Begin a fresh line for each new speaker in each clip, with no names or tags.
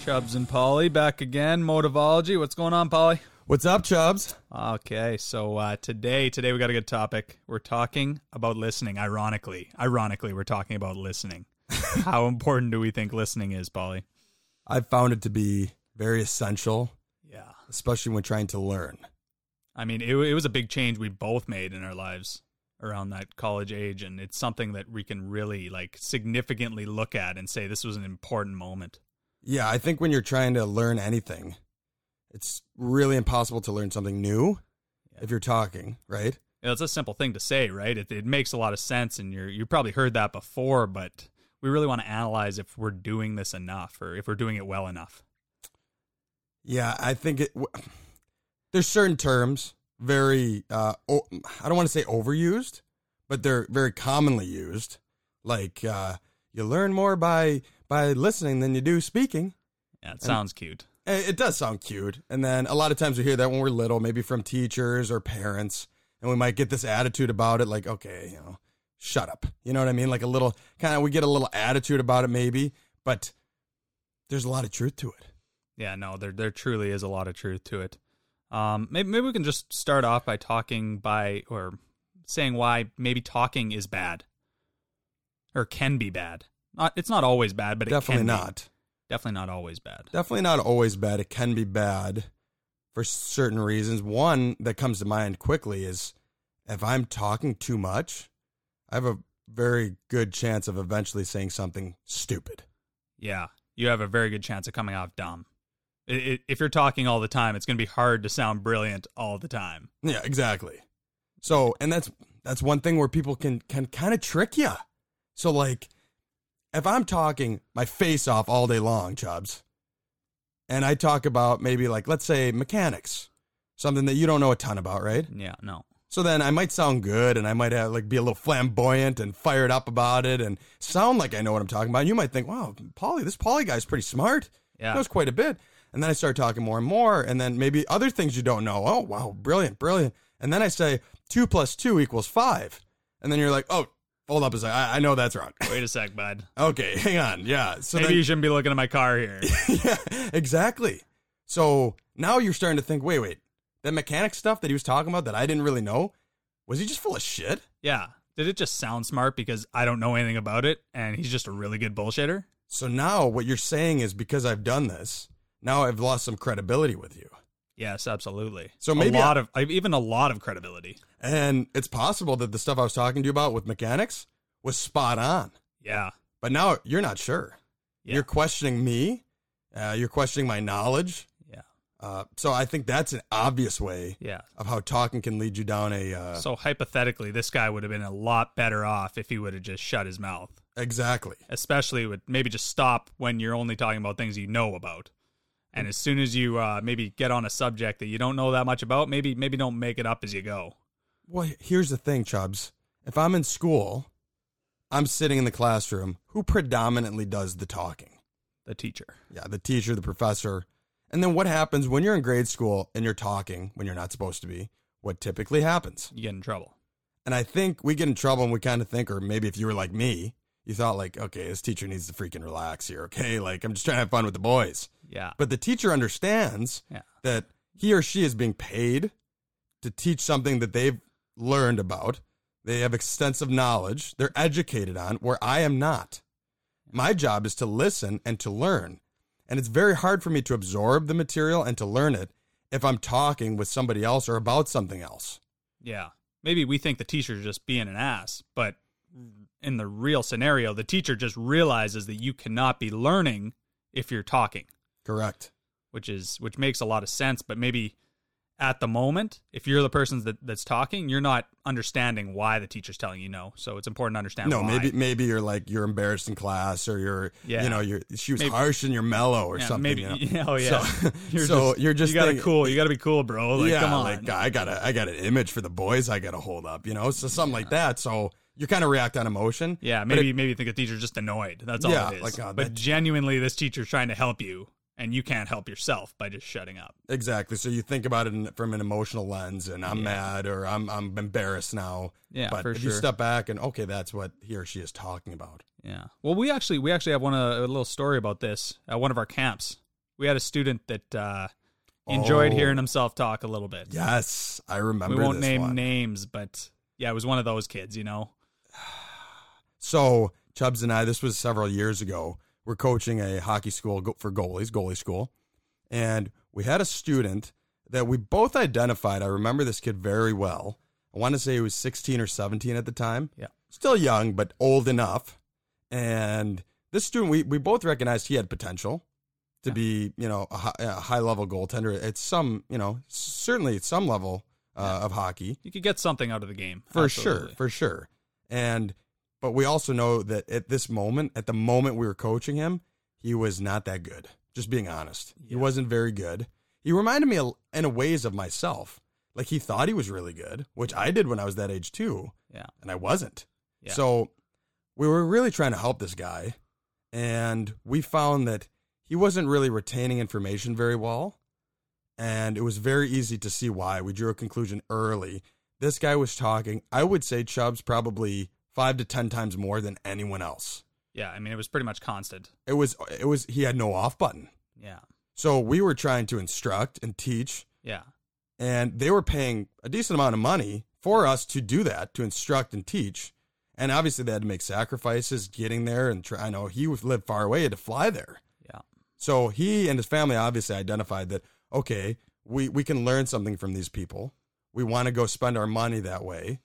Chubbs and Polly back again. Motivology. What's going on, Polly?
What's up, Chubbs?
Okay, so uh, today, today we got a good topic. We're talking about listening. Ironically, ironically, we're talking about listening. How important do we think listening is, Polly?
I've found it to be very essential,
Yeah,
especially when trying to learn.
I mean, it, it was a big change we both made in our lives around that college age, and it's something that we can really like significantly look at and say this was an important moment.
Yeah, I think when you're trying to learn anything, it's really impossible to learn something new if you're talking, right?
Yeah, it's a simple thing to say, right? It, it makes a lot of sense, and you're you probably heard that before, but we really want to analyze if we're doing this enough or if we're doing it well enough.
Yeah, I think it. W- there's certain terms very, uh, o- I don't want to say overused, but they're very commonly used. Like uh, you learn more by by listening than you do speaking.
Yeah, it sounds cute.
It it does sound cute. And then a lot of times we hear that when we're little, maybe from teachers or parents, and we might get this attitude about it like, okay, you know, shut up. You know what I mean? Like a little kind of, we get a little attitude about it maybe, but there's a lot of truth to it.
Yeah, no, there there truly is a lot of truth to it. Um, maybe maybe we can just start off by talking by or saying why maybe talking is bad or can be bad. Not it's not always bad, but it can
Definitely
be.
not.
Definitely not always bad.
Definitely not always bad. It can be bad for certain reasons. One that comes to mind quickly is if I'm talking too much, I have a very good chance of eventually saying something stupid.
yeah, you have a very good chance of coming off dumb. I i if you're talking all the time, it's going to be hard to sound brilliant all the time.
Yeah, exactly. So, and that's that's one thing where people can can kind of trick you. So, like, if I'm talking my face off all day long, Chubbs, and I talk about maybe like let's say mechanics, something that you don't know a ton about, right?
Yeah, no.
So then I might sound good, and I might have, like be a little flamboyant and fired up about it, and sound like I know what I'm talking about. And you might think, wow, Polly, this Polly guy's pretty smart
Yeah.
knows quite a bit. And then I start talking more and more, and then maybe other things you don't know. Oh, wow, brilliant, brilliant. And then I say two plus two equals five, and then you're like, oh, hold up a second, I, I know that's wrong.
Wait a sec, bud.
okay, hang on, yeah. So
Maybe you shouldn't be looking at my car here.
then, yeah, exactly. So now you're starting to think, wait, wait, that mechanic stuff that he was talking about that I didn't really know, was he just full of shit?
yeah. Did it just sound smart because I don't know anything about it and he's just a really good bullshitter?
So now what you're saying is because I've done this, now I've lost some credibility with you.
Yes, absolutely.
So maybe
a
I-
lot of I- even a lot of credibility.
And it's possible that the stuff I was talking to you about with mechanics was spot on.
Yeah.
But now you're not sure.
Yeah.
You're questioning me. Uh, you're questioning my
Yeah.
knowledge. Uh, so I think that's an obvious way
Yeah.
of how talking can lead you down a. Uh,
So hypothetically, this guy would have been a lot better off if he would have just shut his mouth.
exactly.
especially with maybe just stop when you're only talking about things you know about. And as soon as you uh, maybe get on a subject that you don't know that much about, maybe maybe don't make it up as you go.
Well, here's the thing, Chubbs. If I'm in school, I'm sitting in the classroom. Who predominantly does the talking?
The teacher.
Yeah, the teacher, the professor. And then what happens when you're in grade school and you're talking when you're not supposed to be? What typically happens?
You get in trouble.
And I think we get in trouble and we kind of think, or maybe if you were like me, you thought like, okay, this teacher needs to freaking relax here. Okay. Like I'm just trying to have fun with the boys.
Yeah.
But the teacher understands
Yeah.
that he or she is being paid to teach something that they've learned about. They have extensive knowledge they're educated on where I am not. My job is to listen and to learn. And it's very hard for me to absorb the material and to learn it if I'm talking with somebody else or about something else.
Yeah. Maybe we think the teacher's just being an ass, but in the real scenario, the teacher just realizes that you cannot be learning if you're talking.
Correct.
which is which makes a lot of sense but maybe at the moment if you're the person that, that's talking you're not understanding why the teacher's telling you no so it's important to understand
No,
why.
maybe maybe you're like you're embarrassed in class, or you're
Yeah.
you know you're she was
Maybe-
harsh and you're mellow or
Yeah,
something.
maybe
you know?
oh yeah
So- so you're just
you gotta
thinking-
cool you gotta be cool bro like
yeah,
come on
like I got to I got an image for the boys I got to hold up, you know, so something like that. So you kind of react on emotion.
yeah
but
maybe maybe you think the teacher's just annoyed that's all
Yeah,
it is
like, God,
but
that-
genuinely this teacher's trying to help you and you can't help yourself by just shutting up
Exactly. So you think about it in, from an emotional lens, and I'm
Yeah.
mad or I'm I'm embarrassed now.
Yeah,
but
for
if you
sure.
step back and okay, that's what he or she is talking about.
yeah well we actually we actually have one uh, a little story about this at one of our camps we had a student that uh, enjoyed
Oh.
hearing himself talk a little bit.
Yes, I remember.
we won't
this
name
one.
names, but yeah, it was one of those kids, you know.
So Chubbs and I, this was several years ago. We're coaching a hockey school go- for goalies, goalie school, and we had a student that we both identified. I remember this kid very well. I want to say he was 16 or 17 at the time.
Yeah.
still young, but old enough. And this student, we we both recognized he had potential to be, you know, a, hi- a high level goaltender at some, you know, certainly at some level uh, of hockey
You could get something out of the game
for
absolutely.
sure, for sure. And but we also know that at this moment, at the moment we were coaching him, he was not that good. Just being honest, he
Yeah.
wasn't very good. He reminded me a- in a ways of myself. Like he thought he was really good, which I did when I was that age too,
Yeah,
and I wasn't.
Yeah.
So we were really trying to help this guy, and we found that he wasn't really retaining information very well. And it was very easy to see why. We drew a conclusion early. This guy was talking, I would say Chubbs probably five to 10 times more than anyone else.
yeah. I mean, it was pretty much constant.
It was, it was, he had no off button.
Yeah,
So we were trying to instruct and teach,
yeah,
and they were paying a decent amount of money for us to do that, to instruct and teach. And obviously, they had to make sacrifices getting there and try. I know he was- lived far away, he had to fly there.
yeah,
So he and his family obviously identified that, okay, we, we can learn something from these people. We want to go spend our money that way.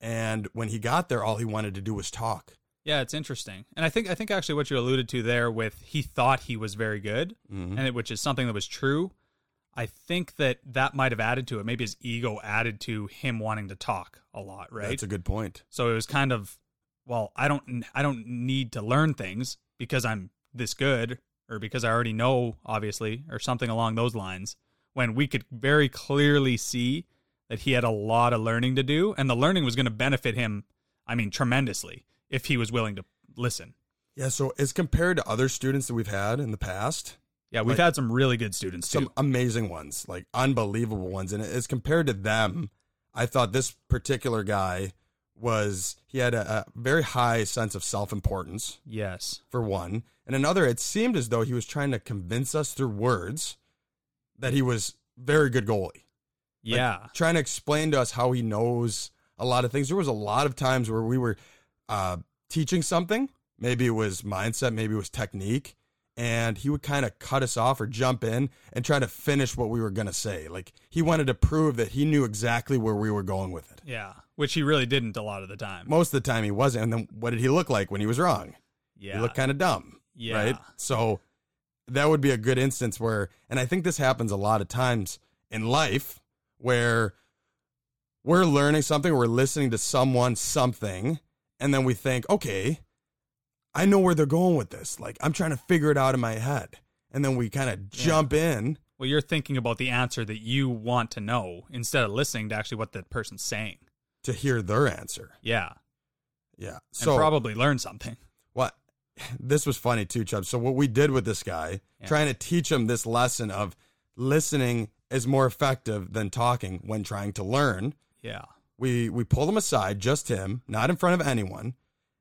And when he got there, all he wanted to do was talk.
yeah. It's interesting, and I think I think actually what you alluded to there with he thought he was very good,
Mm-hmm.
and it, which is something that was true. I think that that might have added to it. Maybe his ego added to him wanting to talk a lot, right?
That's a good point.
So it was kind of, well, I don't, I don't need to learn things because I'm this good, or because I already know, obviously, or something along those lines. When we could very clearly see that he had a lot of learning to do, and the learning was going to benefit him, I mean, tremendously if he was willing to listen.
Yeah. So as compared to other students that we've had in the past,
Yeah, we've
Like-
had some really good students too.
some amazing ones, like unbelievable ones. And as compared to them, I thought this particular guy was he had a, a very high sense of self importance
yes,
for one, and another. It seemed as though he was trying to convince us through words that he was very good goalie. Like,
yeah,
trying to explain to us how he knows a lot of things. There was a lot of times where we were uh, teaching something. Maybe it was mindset, maybe it was technique, and he would kind of cut us off or jump in and try to finish what we were going to say. Like he wanted to prove that he knew exactly where we were going with it.
yeah. Which he really didn't a lot of the time.
Most of the time he wasn't. And then what did he look like when he was wrong?
Yeah,
He looked kind of dumb.
yeah,
Right? So that would be a good instance where, and I think this happens a lot of times in life where we're learning something, we're listening to someone something, and then we think, okay, I know where they're going with this. Like, I'm trying to figure it out in my head. And then we kind of jump in.
Well, you're thinking about the answer that you want to know instead of listening to actually what the person's saying.
To hear their answer,
Yeah.
yeah.
And
So
probably learn something.
what this was funny too, Chubb. So what we did with this guy,
Yeah.
trying to teach him this lesson of listening is more effective than talking when trying to learn.
Yeah.
We we pulled him aside, just him, not in front of anyone,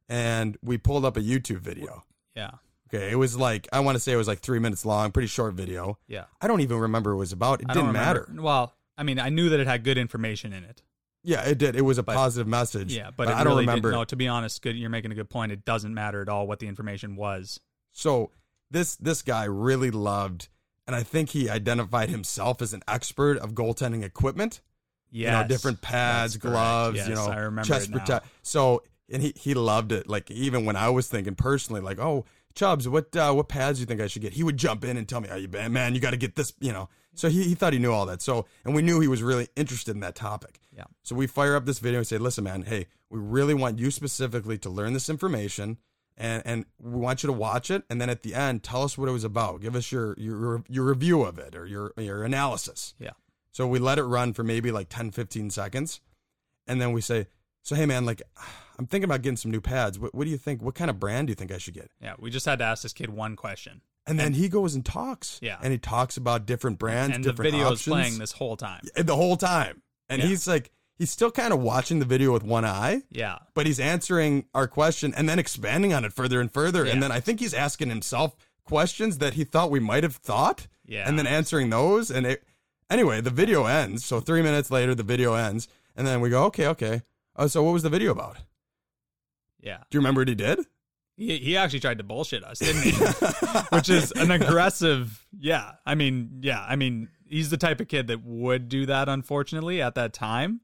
and we pulled up a YouTube video.
Yeah.
Okay, it was like I want to say it was like three minutes long, pretty short video.
Yeah.
I don't even remember what it was about. It
I don't
didn't
remember-
matter.
Well, I mean, I knew that it had good information in it.
Yeah, it did. It was a
But-
positive message.
Yeah, but, it
I don't
really
remember.
Didn't, no, to be honest, good. You're making a good point. It doesn't matter at all what the information was.
So this this guy really loved, and I think he identified himself as an expert of goaltending equipment.
Yeah.
You know, different pads, gloves, you know,
I remember
chest
it now.
protect. So and he he loved it. Like even when I was thinking personally, like, oh, Chubbs, what uh, what pads do you think I should get? He would jump in and tell me, oh, you man, man, you got to get this, you know. So he, he thought he knew all that. So and we knew he was really interested in that topic.
Yeah.
So we fire up this video and say, listen, man, hey, we really want you specifically to learn this information and, and we want you to watch it. And then at the end, tell us what it was about. Give us your, your, your review of it or your, your analysis.
Yeah.
So we let it run for maybe like 10, 15 seconds. And then we say, so, hey, man, like, I'm thinking about getting some new pads. What, what do you think? What kind of brand do you think I should get?
Yeah. We just had to ask this kid one question,
And then he goes and talks.
Yeah.
And he talks about different brands,
and the
different
video is
options
playing this whole time.
the whole time. And
Yeah.
he's like, he's still kind of watching the video with one eye,
Yeah.
but he's answering our question and then expanding on it further and further.
Yeah.
And then I think he's asking himself questions that he thought we might have thought
Yeah.
and then answering those. And it, anyway, the video ends. So three minutes later, the video ends. And then we go, okay, okay. Oh, so what was the video about?
yeah.
Do you remember what he did?
He, he actually tried to bullshit us, didn't he? Which is an aggressive. Yeah. I mean, yeah. I mean, he's the type of kid that would do that, unfortunately, at that time.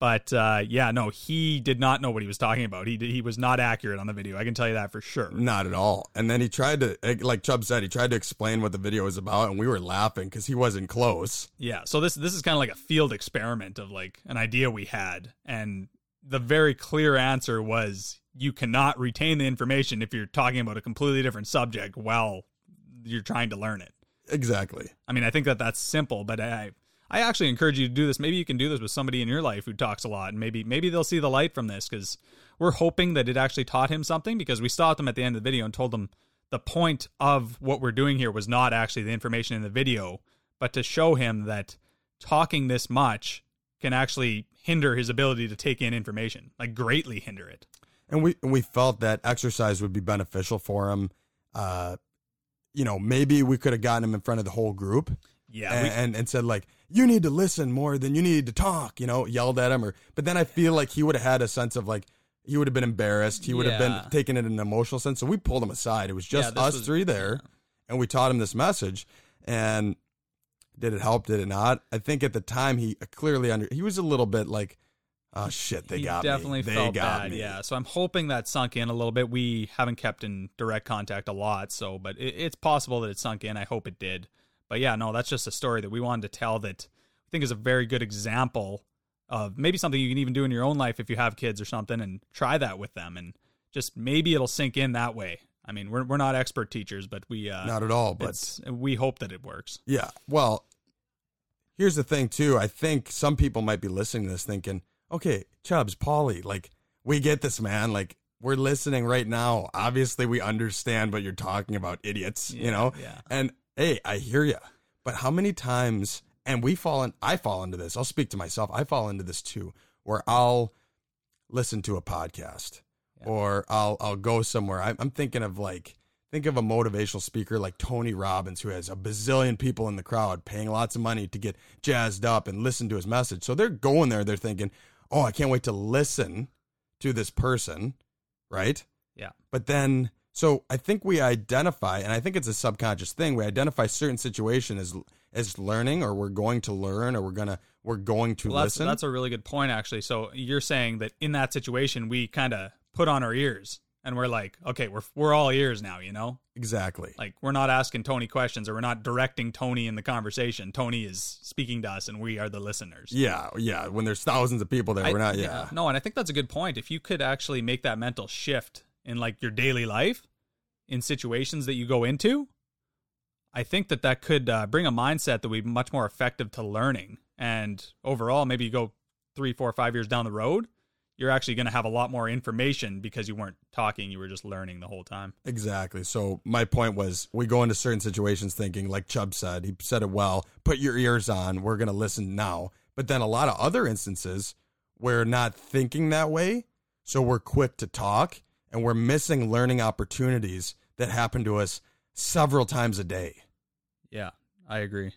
But uh, yeah, no, he did not know what he was talking about. He, did, he was not accurate on the video. I can tell you that for sure.
Not at all. And then he tried to, eh, like Chubb said, he tried to explain what the video was about, and we were laughing because he wasn't close.
Yeah. So this this is kind of like a field experiment of like an idea we had, and the very clear answer was you cannot retain the information if you're talking about a completely different subject while you're trying to learn it.
Exactly.
I mean, I think that that's simple, but I I actually encourage you to do this. Maybe you can do this with somebody in your life who talks a lot, and maybe maybe they'll see the light from this because we're hoping that it actually taught him something because we stopped him at the end of the video and told him the point of what we're doing here was not actually the information in the video, but to show him that talking this much can actually hinder his ability to take in information, like greatly hinder it.
And we and we felt that exercise would be beneficial for him. Uh, you know, maybe we could have gotten him in front of the whole group
Yeah,
and,
we-
and and said like, "You need to listen more than you need to talk." You know, yelled at him. Or but then I feel like he would have had a sense of like he would have been embarrassed. He would have
Yeah.
been taken it in an emotional sense. So we pulled him aside. It was just
this
us
was-
three there, and we taught him this message. And did it help? Did it not? I think at the time he clearly under he was a little bit like, "Oh shit, they
he
got
definitely
me. They
felt
got
bad.
me."
Yeah, so I'm hoping that sunk in a little bit. We haven't kept in direct contact a lot, so but it, it's possible that it sunk in. I hope it did. But yeah, no, that's just a story that we wanted to tell that I think is a very good example of maybe something you can even do in your own life if you have kids or something, and try that with them, and just maybe it'll sink in that way. I mean, we're we're not expert teachers, but we uh,
Not at all, but
it's- we hope that it works.
Yeah. Well, here's the thing too. I think some people might be listening to this thinking, okay, Chubbs, Polly, like we get this, man. Like we're listening right now. Obviously, we understand what you're talking about, idiots.
Yeah,
you know.
yeah.
And hey, I hear you. But how many times? And we fall in. I fall into this. I'll speak to myself. I fall into this too, where I'll listen to a podcast or I'll I'll go somewhere. I'm, I'm thinking of like think of a motivational speaker like Tony Robbins who has a bazillion people in the crowd paying lots of money to get jazzed up and listen to his message. So they're going there. They're thinking, oh, I can't wait to listen to this person, right?
Yeah.
But then, so I think we identify, and I think it's a subconscious thing. We identify certain situation as as learning, or we're going to learn, or we're gonna we're going to
Well, that's,
listen.
that's a really good point, actually. So you're saying that in that situation, we kind of put on our ears and we're like, okay, we're we're all ears now, you know.
exactly.
Like we're not asking Tony questions or we're not directing Tony in the conversation. Tony is speaking to us, and we are the listeners.
Yeah, yeah. When there's thousands of people there,
I-
we're not. yeah.
No, and I think that's a good point. If you could actually make that mental shift in like your daily life, in situations that you go into, I think that that could uh, bring a mindset that would be much more effective to learning. And overall, maybe you go three, four, five years down the road, you're actually going to have a lot more information because you weren't talking; you were just learning the whole time.
Exactly. So my point was, we go into certain situations thinking, like Chubb said, he said it well. Put your ears on. We're gonna listen now. But then a lot of other instances, we're not thinking that way, so we're quick to talk, and we're missing learning opportunities that happen to us several times a day.
Yeah, I agree.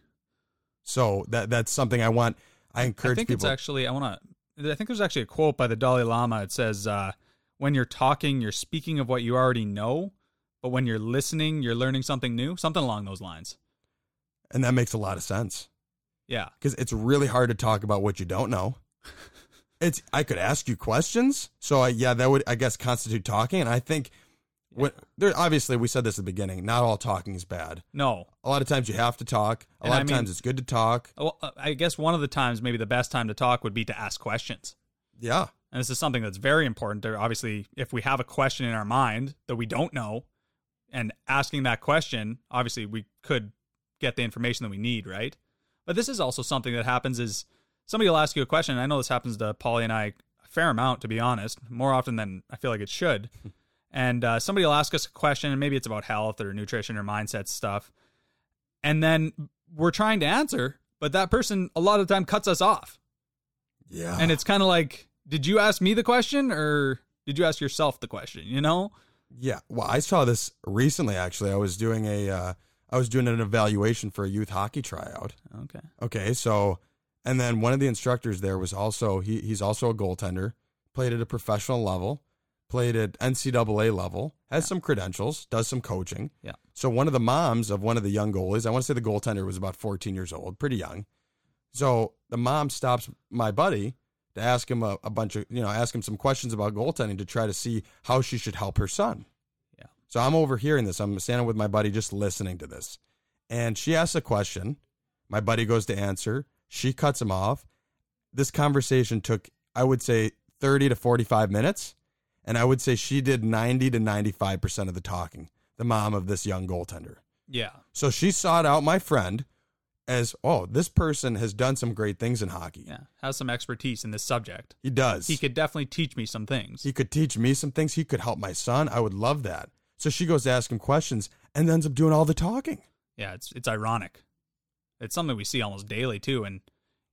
So that that's something I want. I encourage
I think
people.
it's actually I want to. I think there's actually a quote by the Dalai Lama. It says, uh, "When you're talking, you're speaking of what you already know, but when you're listening, you're learning something new." Something along those lines.
and that makes a lot of sense
Yeah,
because it's really hard to talk about what you don't know. it's I could ask you questions. So I, yeah, that would I guess constitute talking. And I think what there obviously we said this at the beginning. Not all talking is bad.
no.
A lot of times you have to talk. A
And
lot
I
of
mean-
times it's good to talk.
Well, uh, I guess one of the times, maybe the best time to talk would be to ask questions.
Yeah,
And this is something that's very important. There, obviously, if we have a question in our mind that we don't know, and asking that question, obviously, we could get the information that we need, right? But this is also something that happens: is somebody will ask you a question. And I know this happens to Polly and I a fair amount, to be honest, more often than I feel like it should. and uh, somebody will ask us a question, and maybe it's about health or nutrition or mindset stuff, and then we're trying to answer, but that person a lot of the time cuts us off
yeah.
and it's kind of like did you ask me the question or did you ask yourself the question you know
Yeah. Well, I saw this recently. Actually, I was doing a uh, I was doing an evaluation for a youth hockey tryout.
Okay.
Okay, so and then one of the instructors there was also he he's also a goaltender, played at a professional level, played at NCAA level, has some credentials, does some coaching.
Yeah.
So one of the moms of one of the young goalies, I want to say the goaltender was about 14 years old, pretty young. So the mom stops my buddy to ask him a, a bunch of you know ask him some questions about goaltending to try to see how she should help her son.
Yeah.
So I'm overhearing this. I'm standing with my buddy just listening to this. And she asks a question. My buddy goes to answer. She cuts him off. This conversation took, I would say, 30 to 45 minutes. And I would say she did 90 to 95% of the talking, the mom of this young goaltender.
Yeah.
So she sought out my friend as, oh, this person has done some great things in hockey.
Yeah. Has some expertise in this subject.
He does.
He could definitely teach me some things.
He could teach me some things. He could help my son. I would love that. So she goes to ask him questions and ends up doing all the talking.
yeah, it's it's ironic. It's something we see almost daily too and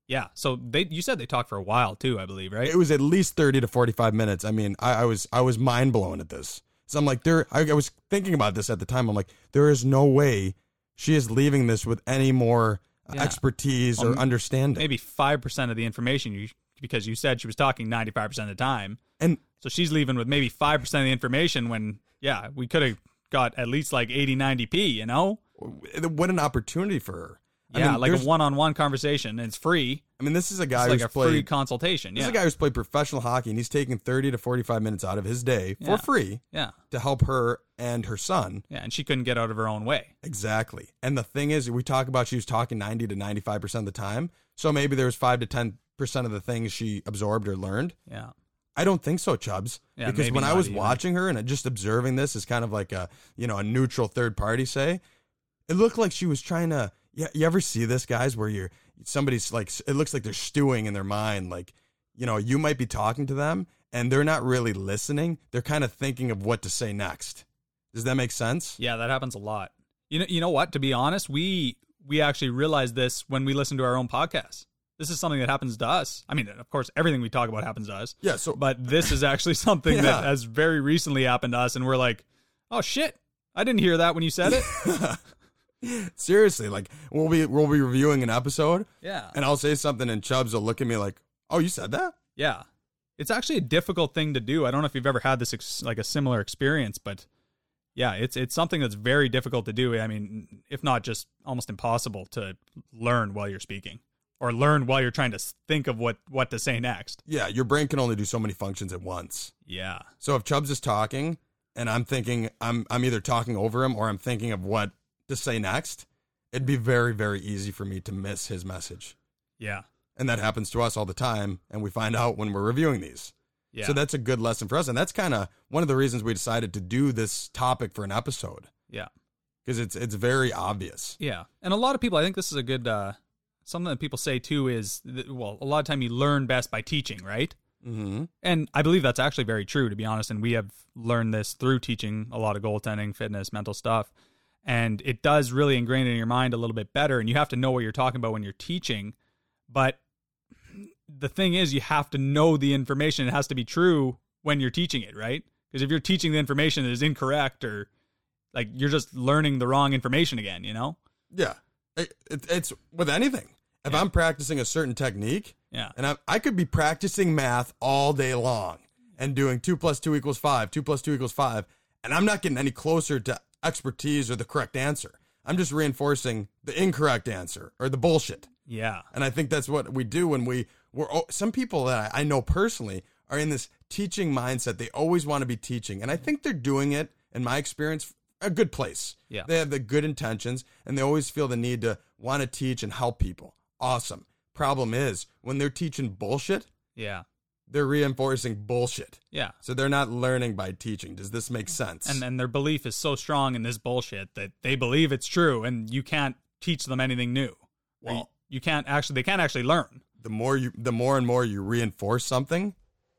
yeah, so they you said they talked for a while too, I believe, right?
It was at least thirty to forty-five minutes. I mean, I, I was I was mind blown at this. So I'm like, there. I, I was thinking about this at the time. I'm like, there is no way she is leaving this with any more uh,
Yeah.
expertise
Well,
or
m-
understanding.
Maybe 5% of the information you because you said she was talking 95% of the time.
And
So she's leaving with maybe 5% of the information when yeah, we could have got at least like 80 90p, you know?
what an opportunity for her.
Yeah,
I mean,
like a
there's-
one-on-one conversation and it's free.
I mean, this is a guy
it's like
who's
a free
played.
consultation.
This
Yeah.
is a guy who's played professional hockey, and he's taking thirty to forty-five minutes out of his day
Yeah.
for free
yeah.
to help her and her son.
Yeah, and she couldn't get out of her own way.
Exactly. And the thing is, we talk about she was talking 90 to 95% of the time. So maybe there was 5 to 10% of the things she absorbed or learned.
Yeah.
I don't think so, Chubbs.
Yeah,
because
maybe
when I
not
was
either.
watching her and just observing this as kind of like a, you know, a neutral third party say, it looked like she was trying to yeah, you ever see this guys where you're somebody's like it looks like they're stewing in their mind like, you know, you might be talking to them and they're not really listening. They're kind of thinking of what to say next. Does that make sense?
Yeah, that happens a lot. You know, you know what? To be honest, we we actually realize this when we listen to our own podcasts. This is something that happens to us. I mean, of course, everything we talk about happens to us,
Yeah, so
but this is actually something
Yeah.
that has very recently happened to us, and we're like, "Oh shit, I didn't hear that when you said it."
Seriously, like we'll be we'll be reviewing an episode,
yeah,
and I'll say something, and Chubbs will look at me like, "Oh, you said that?"
yeah. It's actually a difficult thing to do. I don't know if you've ever had this ex- like a similar experience, but yeah, it's it's something that's very difficult to do. I mean, if not just almost impossible to learn while you're speaking or learn while you're trying to s- think of what what to say next.
Yeah, your brain can only do so many functions at once.
Yeah.
So if Chubbs is talking, and I'm thinking, I'm I'm either talking over him or I'm thinking of what to say next. It'd be very very easy for me to miss his message,
Yeah.
and that happens to us all the time, and we find out when we're reviewing these.
Yeah.
So that's a good lesson for us, and that's kind of one of the reasons we decided to do this topic for an episode
yeah.
because it's it's very obvious.
Yeah. And a lot of people I think this is a good uh something that people say too is that, well, a lot of time you learn best by teaching, right?
Mm-hmm.
And I believe that's actually very true, to be honest. And we have learned this through teaching a lot of goaltending, fitness, mental stuff. And it does really ingrain in your mind a little bit better. And you have to know what you're talking about when you're teaching. But the thing is, you have to know the information. It has to be true when you're teaching it, right? Because if you're teaching the information that is incorrect or like you're just learning the wrong information again, you know?
Yeah, it, it, it's with anything. If I'm practicing a certain technique,
Yeah.
and I, I could be practicing math all day long and doing two plus two equals five, two plus two equals five, and I'm not getting any closer to expertise or the correct answer. I'm just reinforcing the incorrect answer or the bullshit.
Yeah.
And I think that's what we do when we we're oh, some people that I, I know personally are in this teaching mindset. They always want to be teaching, and I think they're doing it. In my experience, a good place.
Yeah.
they have the good intentions, and they always feel the need to want to teach and help people. Awesome. Problem is when they're teaching bullshit,
Yeah.
they're reinforcing bullshit.
Yeah.
So they're not learning by teaching. Does this make sense?
and and their belief is so strong in this bullshit that they believe it's true and you can't teach them anything new Or you,
Well-
you can't actually they can't actually learn
the more you the more and more you reinforce something,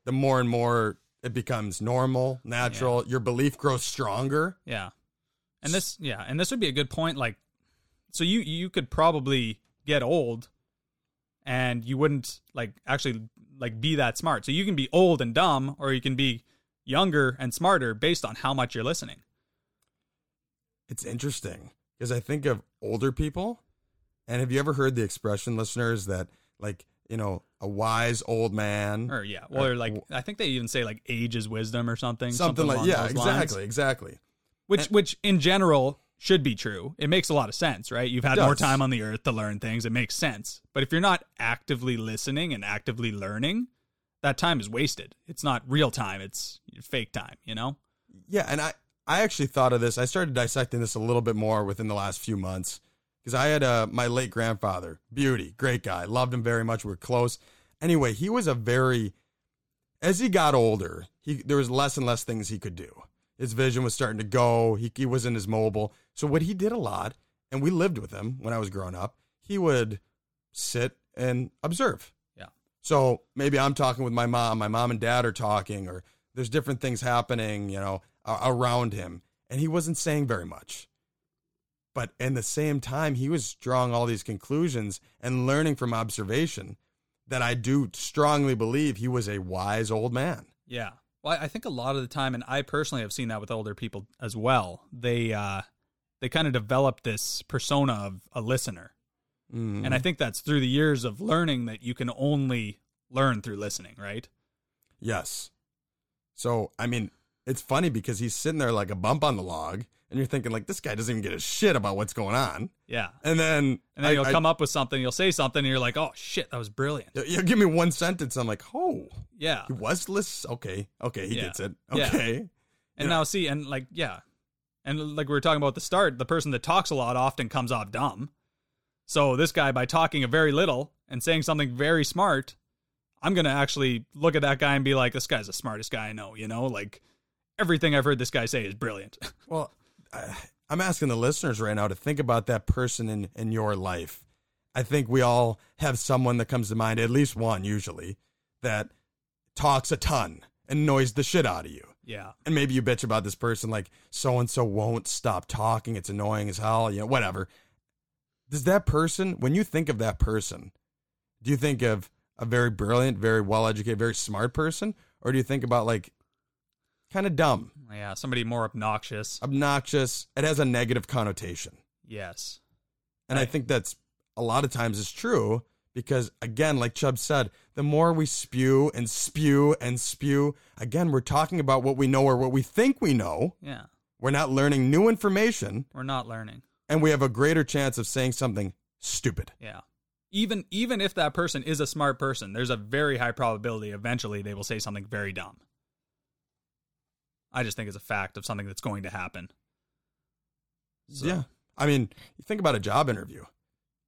the more and more it becomes normal, natural. Your belief grows stronger.
yeah and this yeah and this would be a good point like so you you could probably get old and you wouldn't like actually like be that smart so you can be old and dumb or you can be younger and smarter based on how much you're listening.
It's interesting because I think of older people. And have you ever heard the expression, listeners, that like, you know, a wise old man
Or yeah, well, or like I think they even say like age is wisdom or something.
Uh, something, like
along
yeah,
those
exactly,
lines.
exactly.
Which which in general should be true. It makes a lot of sense, right? You've had
Does.
more time on the earth to learn things. It makes sense. But if you're not actively listening and actively learning, that time is wasted. It's not real time. It's fake time. You know.
Yeah, and I I actually thought of this. I started dissecting this a little bit more within the last few months because I had uh, my late grandfather, Beauty, great guy, loved him very much. We were close. Anyway, he was a very as he got older, he there was less and less things he could do. His vision was starting to go. He he wasn't as mobile. So what he did a lot, and we lived with him when I was growing up. He would sit and observe.
Yeah.
So maybe I'm talking with my mom, my mom and dad are talking, or there's different things happening, you know, a- around him. And he wasn't saying very much. But in the same time, he was drawing all these conclusions and learning from observation that I do strongly believe he was a wise old man.
Yeah. Well, I think a lot of the time, and I personally have seen that with older people as well. They uh, they kind of develop this persona of a listener,
Mm.
and I think that's through the years of learning that you can only learn through listening, right?
Yes. So, I mean, it's funny because he's sitting there like a bump on the log, and you're thinking, like, this guy doesn't even get a shit about what's going on.
Yeah.
And then,
And then you'll
I- I-
come up with something, you'll say something, and you're like, "Oh shit, that was brilliant."
You give me one sentence, I'm like, oh,
Yeah.
he was list. Okay, okay, he
Yeah.
gets it.
Yeah.
Okay,
And now see, and like, yeah, and like we were talking about at the start, the person that talks a lot often comes off dumb. So this guy, by talking a very little and saying something very smart, I'm gonna actually look at that guy and be like, "This guy's the smartest guy I know." You know, like everything I've heard this guy say is brilliant.
well, I, I'm asking the listeners right now to think about that person in in your life. I think we all have someone that comes to mind, at least one usually, that talks a ton, annoys the shit out of you.
yeah,
and maybe you bitch about this person like so and so won't stop talking it's annoying as hell you know whatever does that person when you think of that person do you think of a very brilliant very well educated very smart person or do you think about like kind of dumb
yeah, somebody more obnoxious.
obnoxious it has a negative connotation
Yes.
and i
Right.
think that's a lot of times is true because again like chubb said the more we spew and spew and spew again we're talking about what we know or what we think we know
Yeah,
we're not learning new information,
we're not learning.
and we have a greater chance of saying something stupid.
Yeah. Even even if that person is a smart person, there's a very high probability eventually they will say something very dumb. I just think it's a fact of something that's going to happen. So,
Yeah. I mean, you think about a job interview.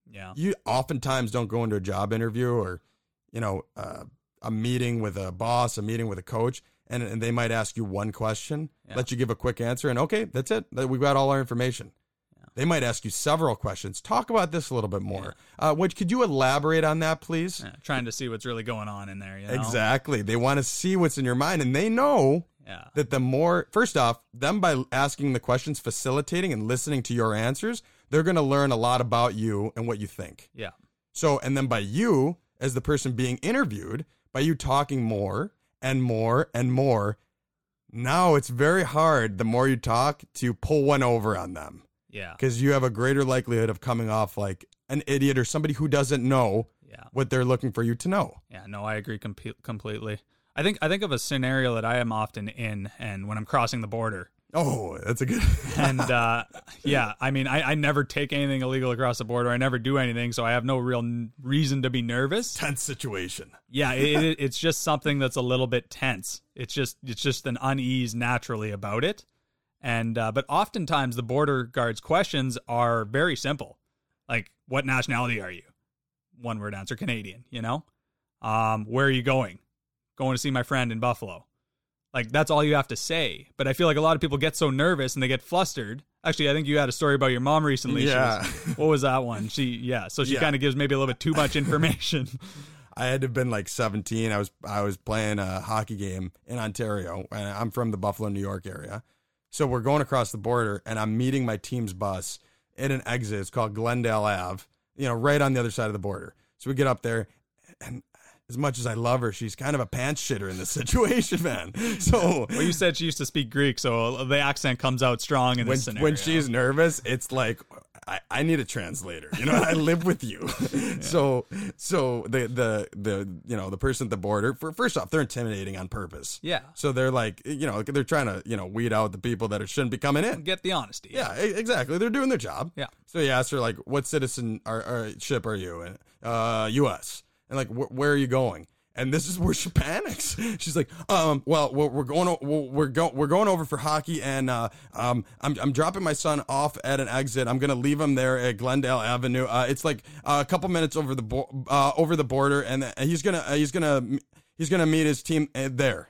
Yeah.
You oftentimes don't go into a job interview or, you know, uh, a meeting with a boss, a meeting with a coach, and, and they might ask you one question,
Yeah.
let you give a quick answer, and okay, that's it. That- We've got all our information. They might ask you several questions. Talk about this a little bit more. Uh, which could you elaborate on that, please?
Yeah, Trying to see what's really going on in there. You know?
Exactly. They want to see what's in your mind, and they know
Yeah.
that the more first off them by asking the questions facilitating and listening to your answers they're going to learn a lot about you and what you think
Yeah.
so and then by you as the person being interviewed by you talking more and more and more now it's very hard the more you talk to pull one over on them
Yeah.
because you have a greater likelihood of coming off like an idiot or somebody who doesn't know
Yeah.
what they're looking for you to know
Yeah, no, I agree com- completely. I think I think of a scenario that I am often in and when I'm crossing the border.
oh that's a good
And uh, yeah, I mean, I, I never take anything illegal across the border. I never do anything, so I have no real n- reason to be nervous.
tense situation
Yeah, it, it, it's just something that's a little bit tense. It's just it's just an unease naturally about it, and uh, but oftentimes the border guards' questions are very simple, like what nationality are you? One word answer: Canadian. You know, um, where are you going? Going to see my friend in Buffalo. Like that's all you have to say. But I feel like a lot of people get so nervous and they get flustered. Actually, I think you had a story about your mom recently. She
Yeah.
was- what was that one? She yeah. So she
Yeah.
kind of gives maybe a little bit too much information.
I had to have been like 17. I was I was playing a hockey game in Ontario, and I'm from the Buffalo, New York area. So we're going across the border, and I'm meeting my team's bus at an exit. It's called Glendale Ave, you know, right on the other side of the border. So we get up there, and as much as I love her, she's kind of a pants shitter in this situation, man. So
Well, you said she used to speak Greek, so the accent comes out strong in
when,
this scenario.
when she's nervous, it's like I, I need a translator. You know, I live with you. So so the the the you know the person at the border for first off, they're intimidating on purpose.
yeah,
So they're like you know they're trying to you know weed out the people that shouldn't be coming in.
get the honesty.
Yeah, e- exactly. They're doing their job.
Yeah.
So he asked her like, "What citizen are, are ship are you?" And uh, U.S. And like, wh- "Where are you going?" And this is where she panics. She's like, "Um, well, we're, we're going o- we're we're go- we're going over for hockey, and uh, um, I'm I'm dropping my son off at an exit. I'm gonna leave him there at Glendale Avenue. Uh, it's like uh, a couple minutes over the bo- uh, over the border, and uh, he's gonna uh, he's gonna he's gonna meet his team uh, there."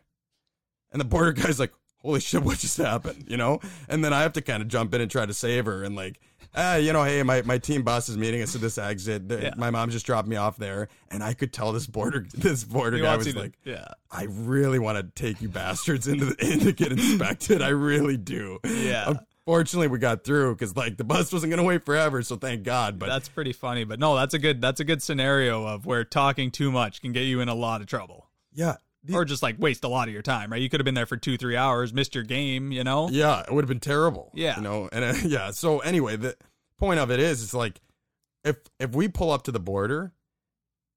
And the border guy's like, holy shit, what just happened? You know? And then I have to kind of jump in and try to save her and like, ah, you know, hey, my, my team boss is meeting us at this exit. The-
Yeah.
My mom just dropped me off there. And I could tell this border this border
He
guy
wants
was
you to-
like,
yeah,
I really want to take you bastards into the in to get inspected. I really do.
Yeah.
Unfortunately, we got through because like the bus wasn't gonna wait forever, so thank God. But
that's pretty funny. But no, that's a good that's a good scenario of where talking too much can get you in a lot of trouble,
yeah. the-
or just like waste a lot of your time. Right? You could have been there for two, three hours, missed your game. You know?
Yeah, it would have been terrible.
Yeah.
you know, and uh, yeah. So anyway, the point of it is, it's like if if we pull up to the border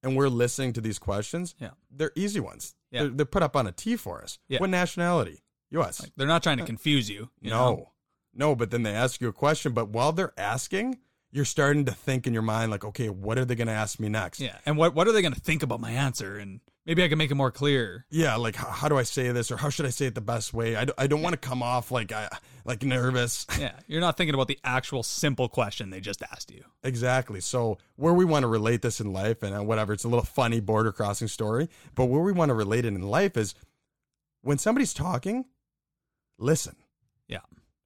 and we're listening to these questions,
Yeah.
they're easy ones.
Yeah.
They're, they're put up on a T for us.
Yeah.
What nationality? U.S.
They're not trying to confuse you. you
no,
know?
no. But then they ask you a question, but while they're asking, you're starting to think in your mind like, okay, what are they going to ask me next?
Yeah. And what what are they going to think about my answer? And maybe I can make it more clear.
yeah like how, how do i say this or how should i say it the best way i, d- I don't want to come off like i like nervous
Yeah, you're not thinking about the actual simple question they just asked you.
Exactly. So where we want to relate this in life and uh, whatever, it's a little funny border crossing story, but where we want to relate it in life is when somebody's talking, listen.
Yeah.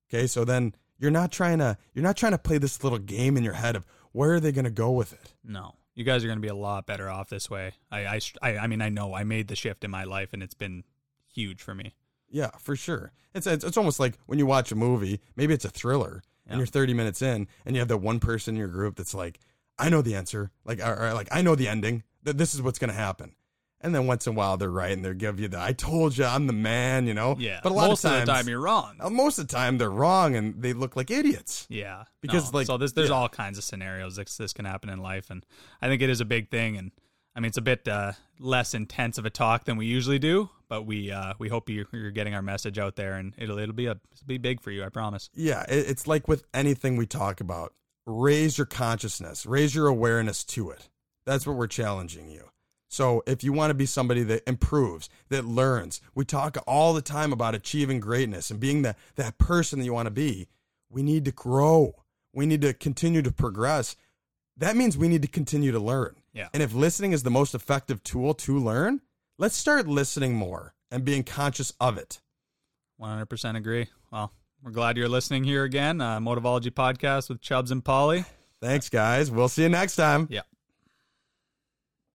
Okay. So then you're not trying to, you're not trying to play this little game in your head of where are they going to go with it?
No, you guys are going to be a lot better off this way. I, I, sh- I, I mean, I know I made the shift in my life, and it's been huge for me.
Yeah, for sure. It's, it's, it's almost like when you watch a movie, maybe it's a thriller
Yeah.
and you're 30 minutes in and you have that one person in your group that's like, I know the answer. Like, or, or like, I know the ending that this is what's going to happen. And then once in a while they're right and they give you the, I told you I'm the man, you know?
Yeah,
But a lot
most
of times,
the time you're wrong.
uh, most of the time they're wrong and they look like idiots.
Yeah,
Because,
no.
like,
so this, there's
yeah.
all kinds of scenarios this, this can happen in life, and I think it is a big thing. And I mean, it's a bit uh, less intense of a talk than we usually do, but we uh, we hope you, you're getting our message out there, and it'll it'll be a it'll be big for you, I promise.
Yeah. It, it's like with anything we talk about, raise your consciousness, raise your awareness to it. That's what we're challenging you. So if you want to be somebody that improves, that learns, we talk all the time about achieving greatness and being the, that person that you want to be. We need to grow. We need to continue to progress. That means we need to continue to learn.
Yeah.
And if listening is the most effective tool to learn, let's start listening more and being conscious of it.
100% agree. Well, we're glad you're listening here again. Uh, Motivology podcast with Chubbs and Polly.
Thanks, guys. We'll see you next time.
Yeah.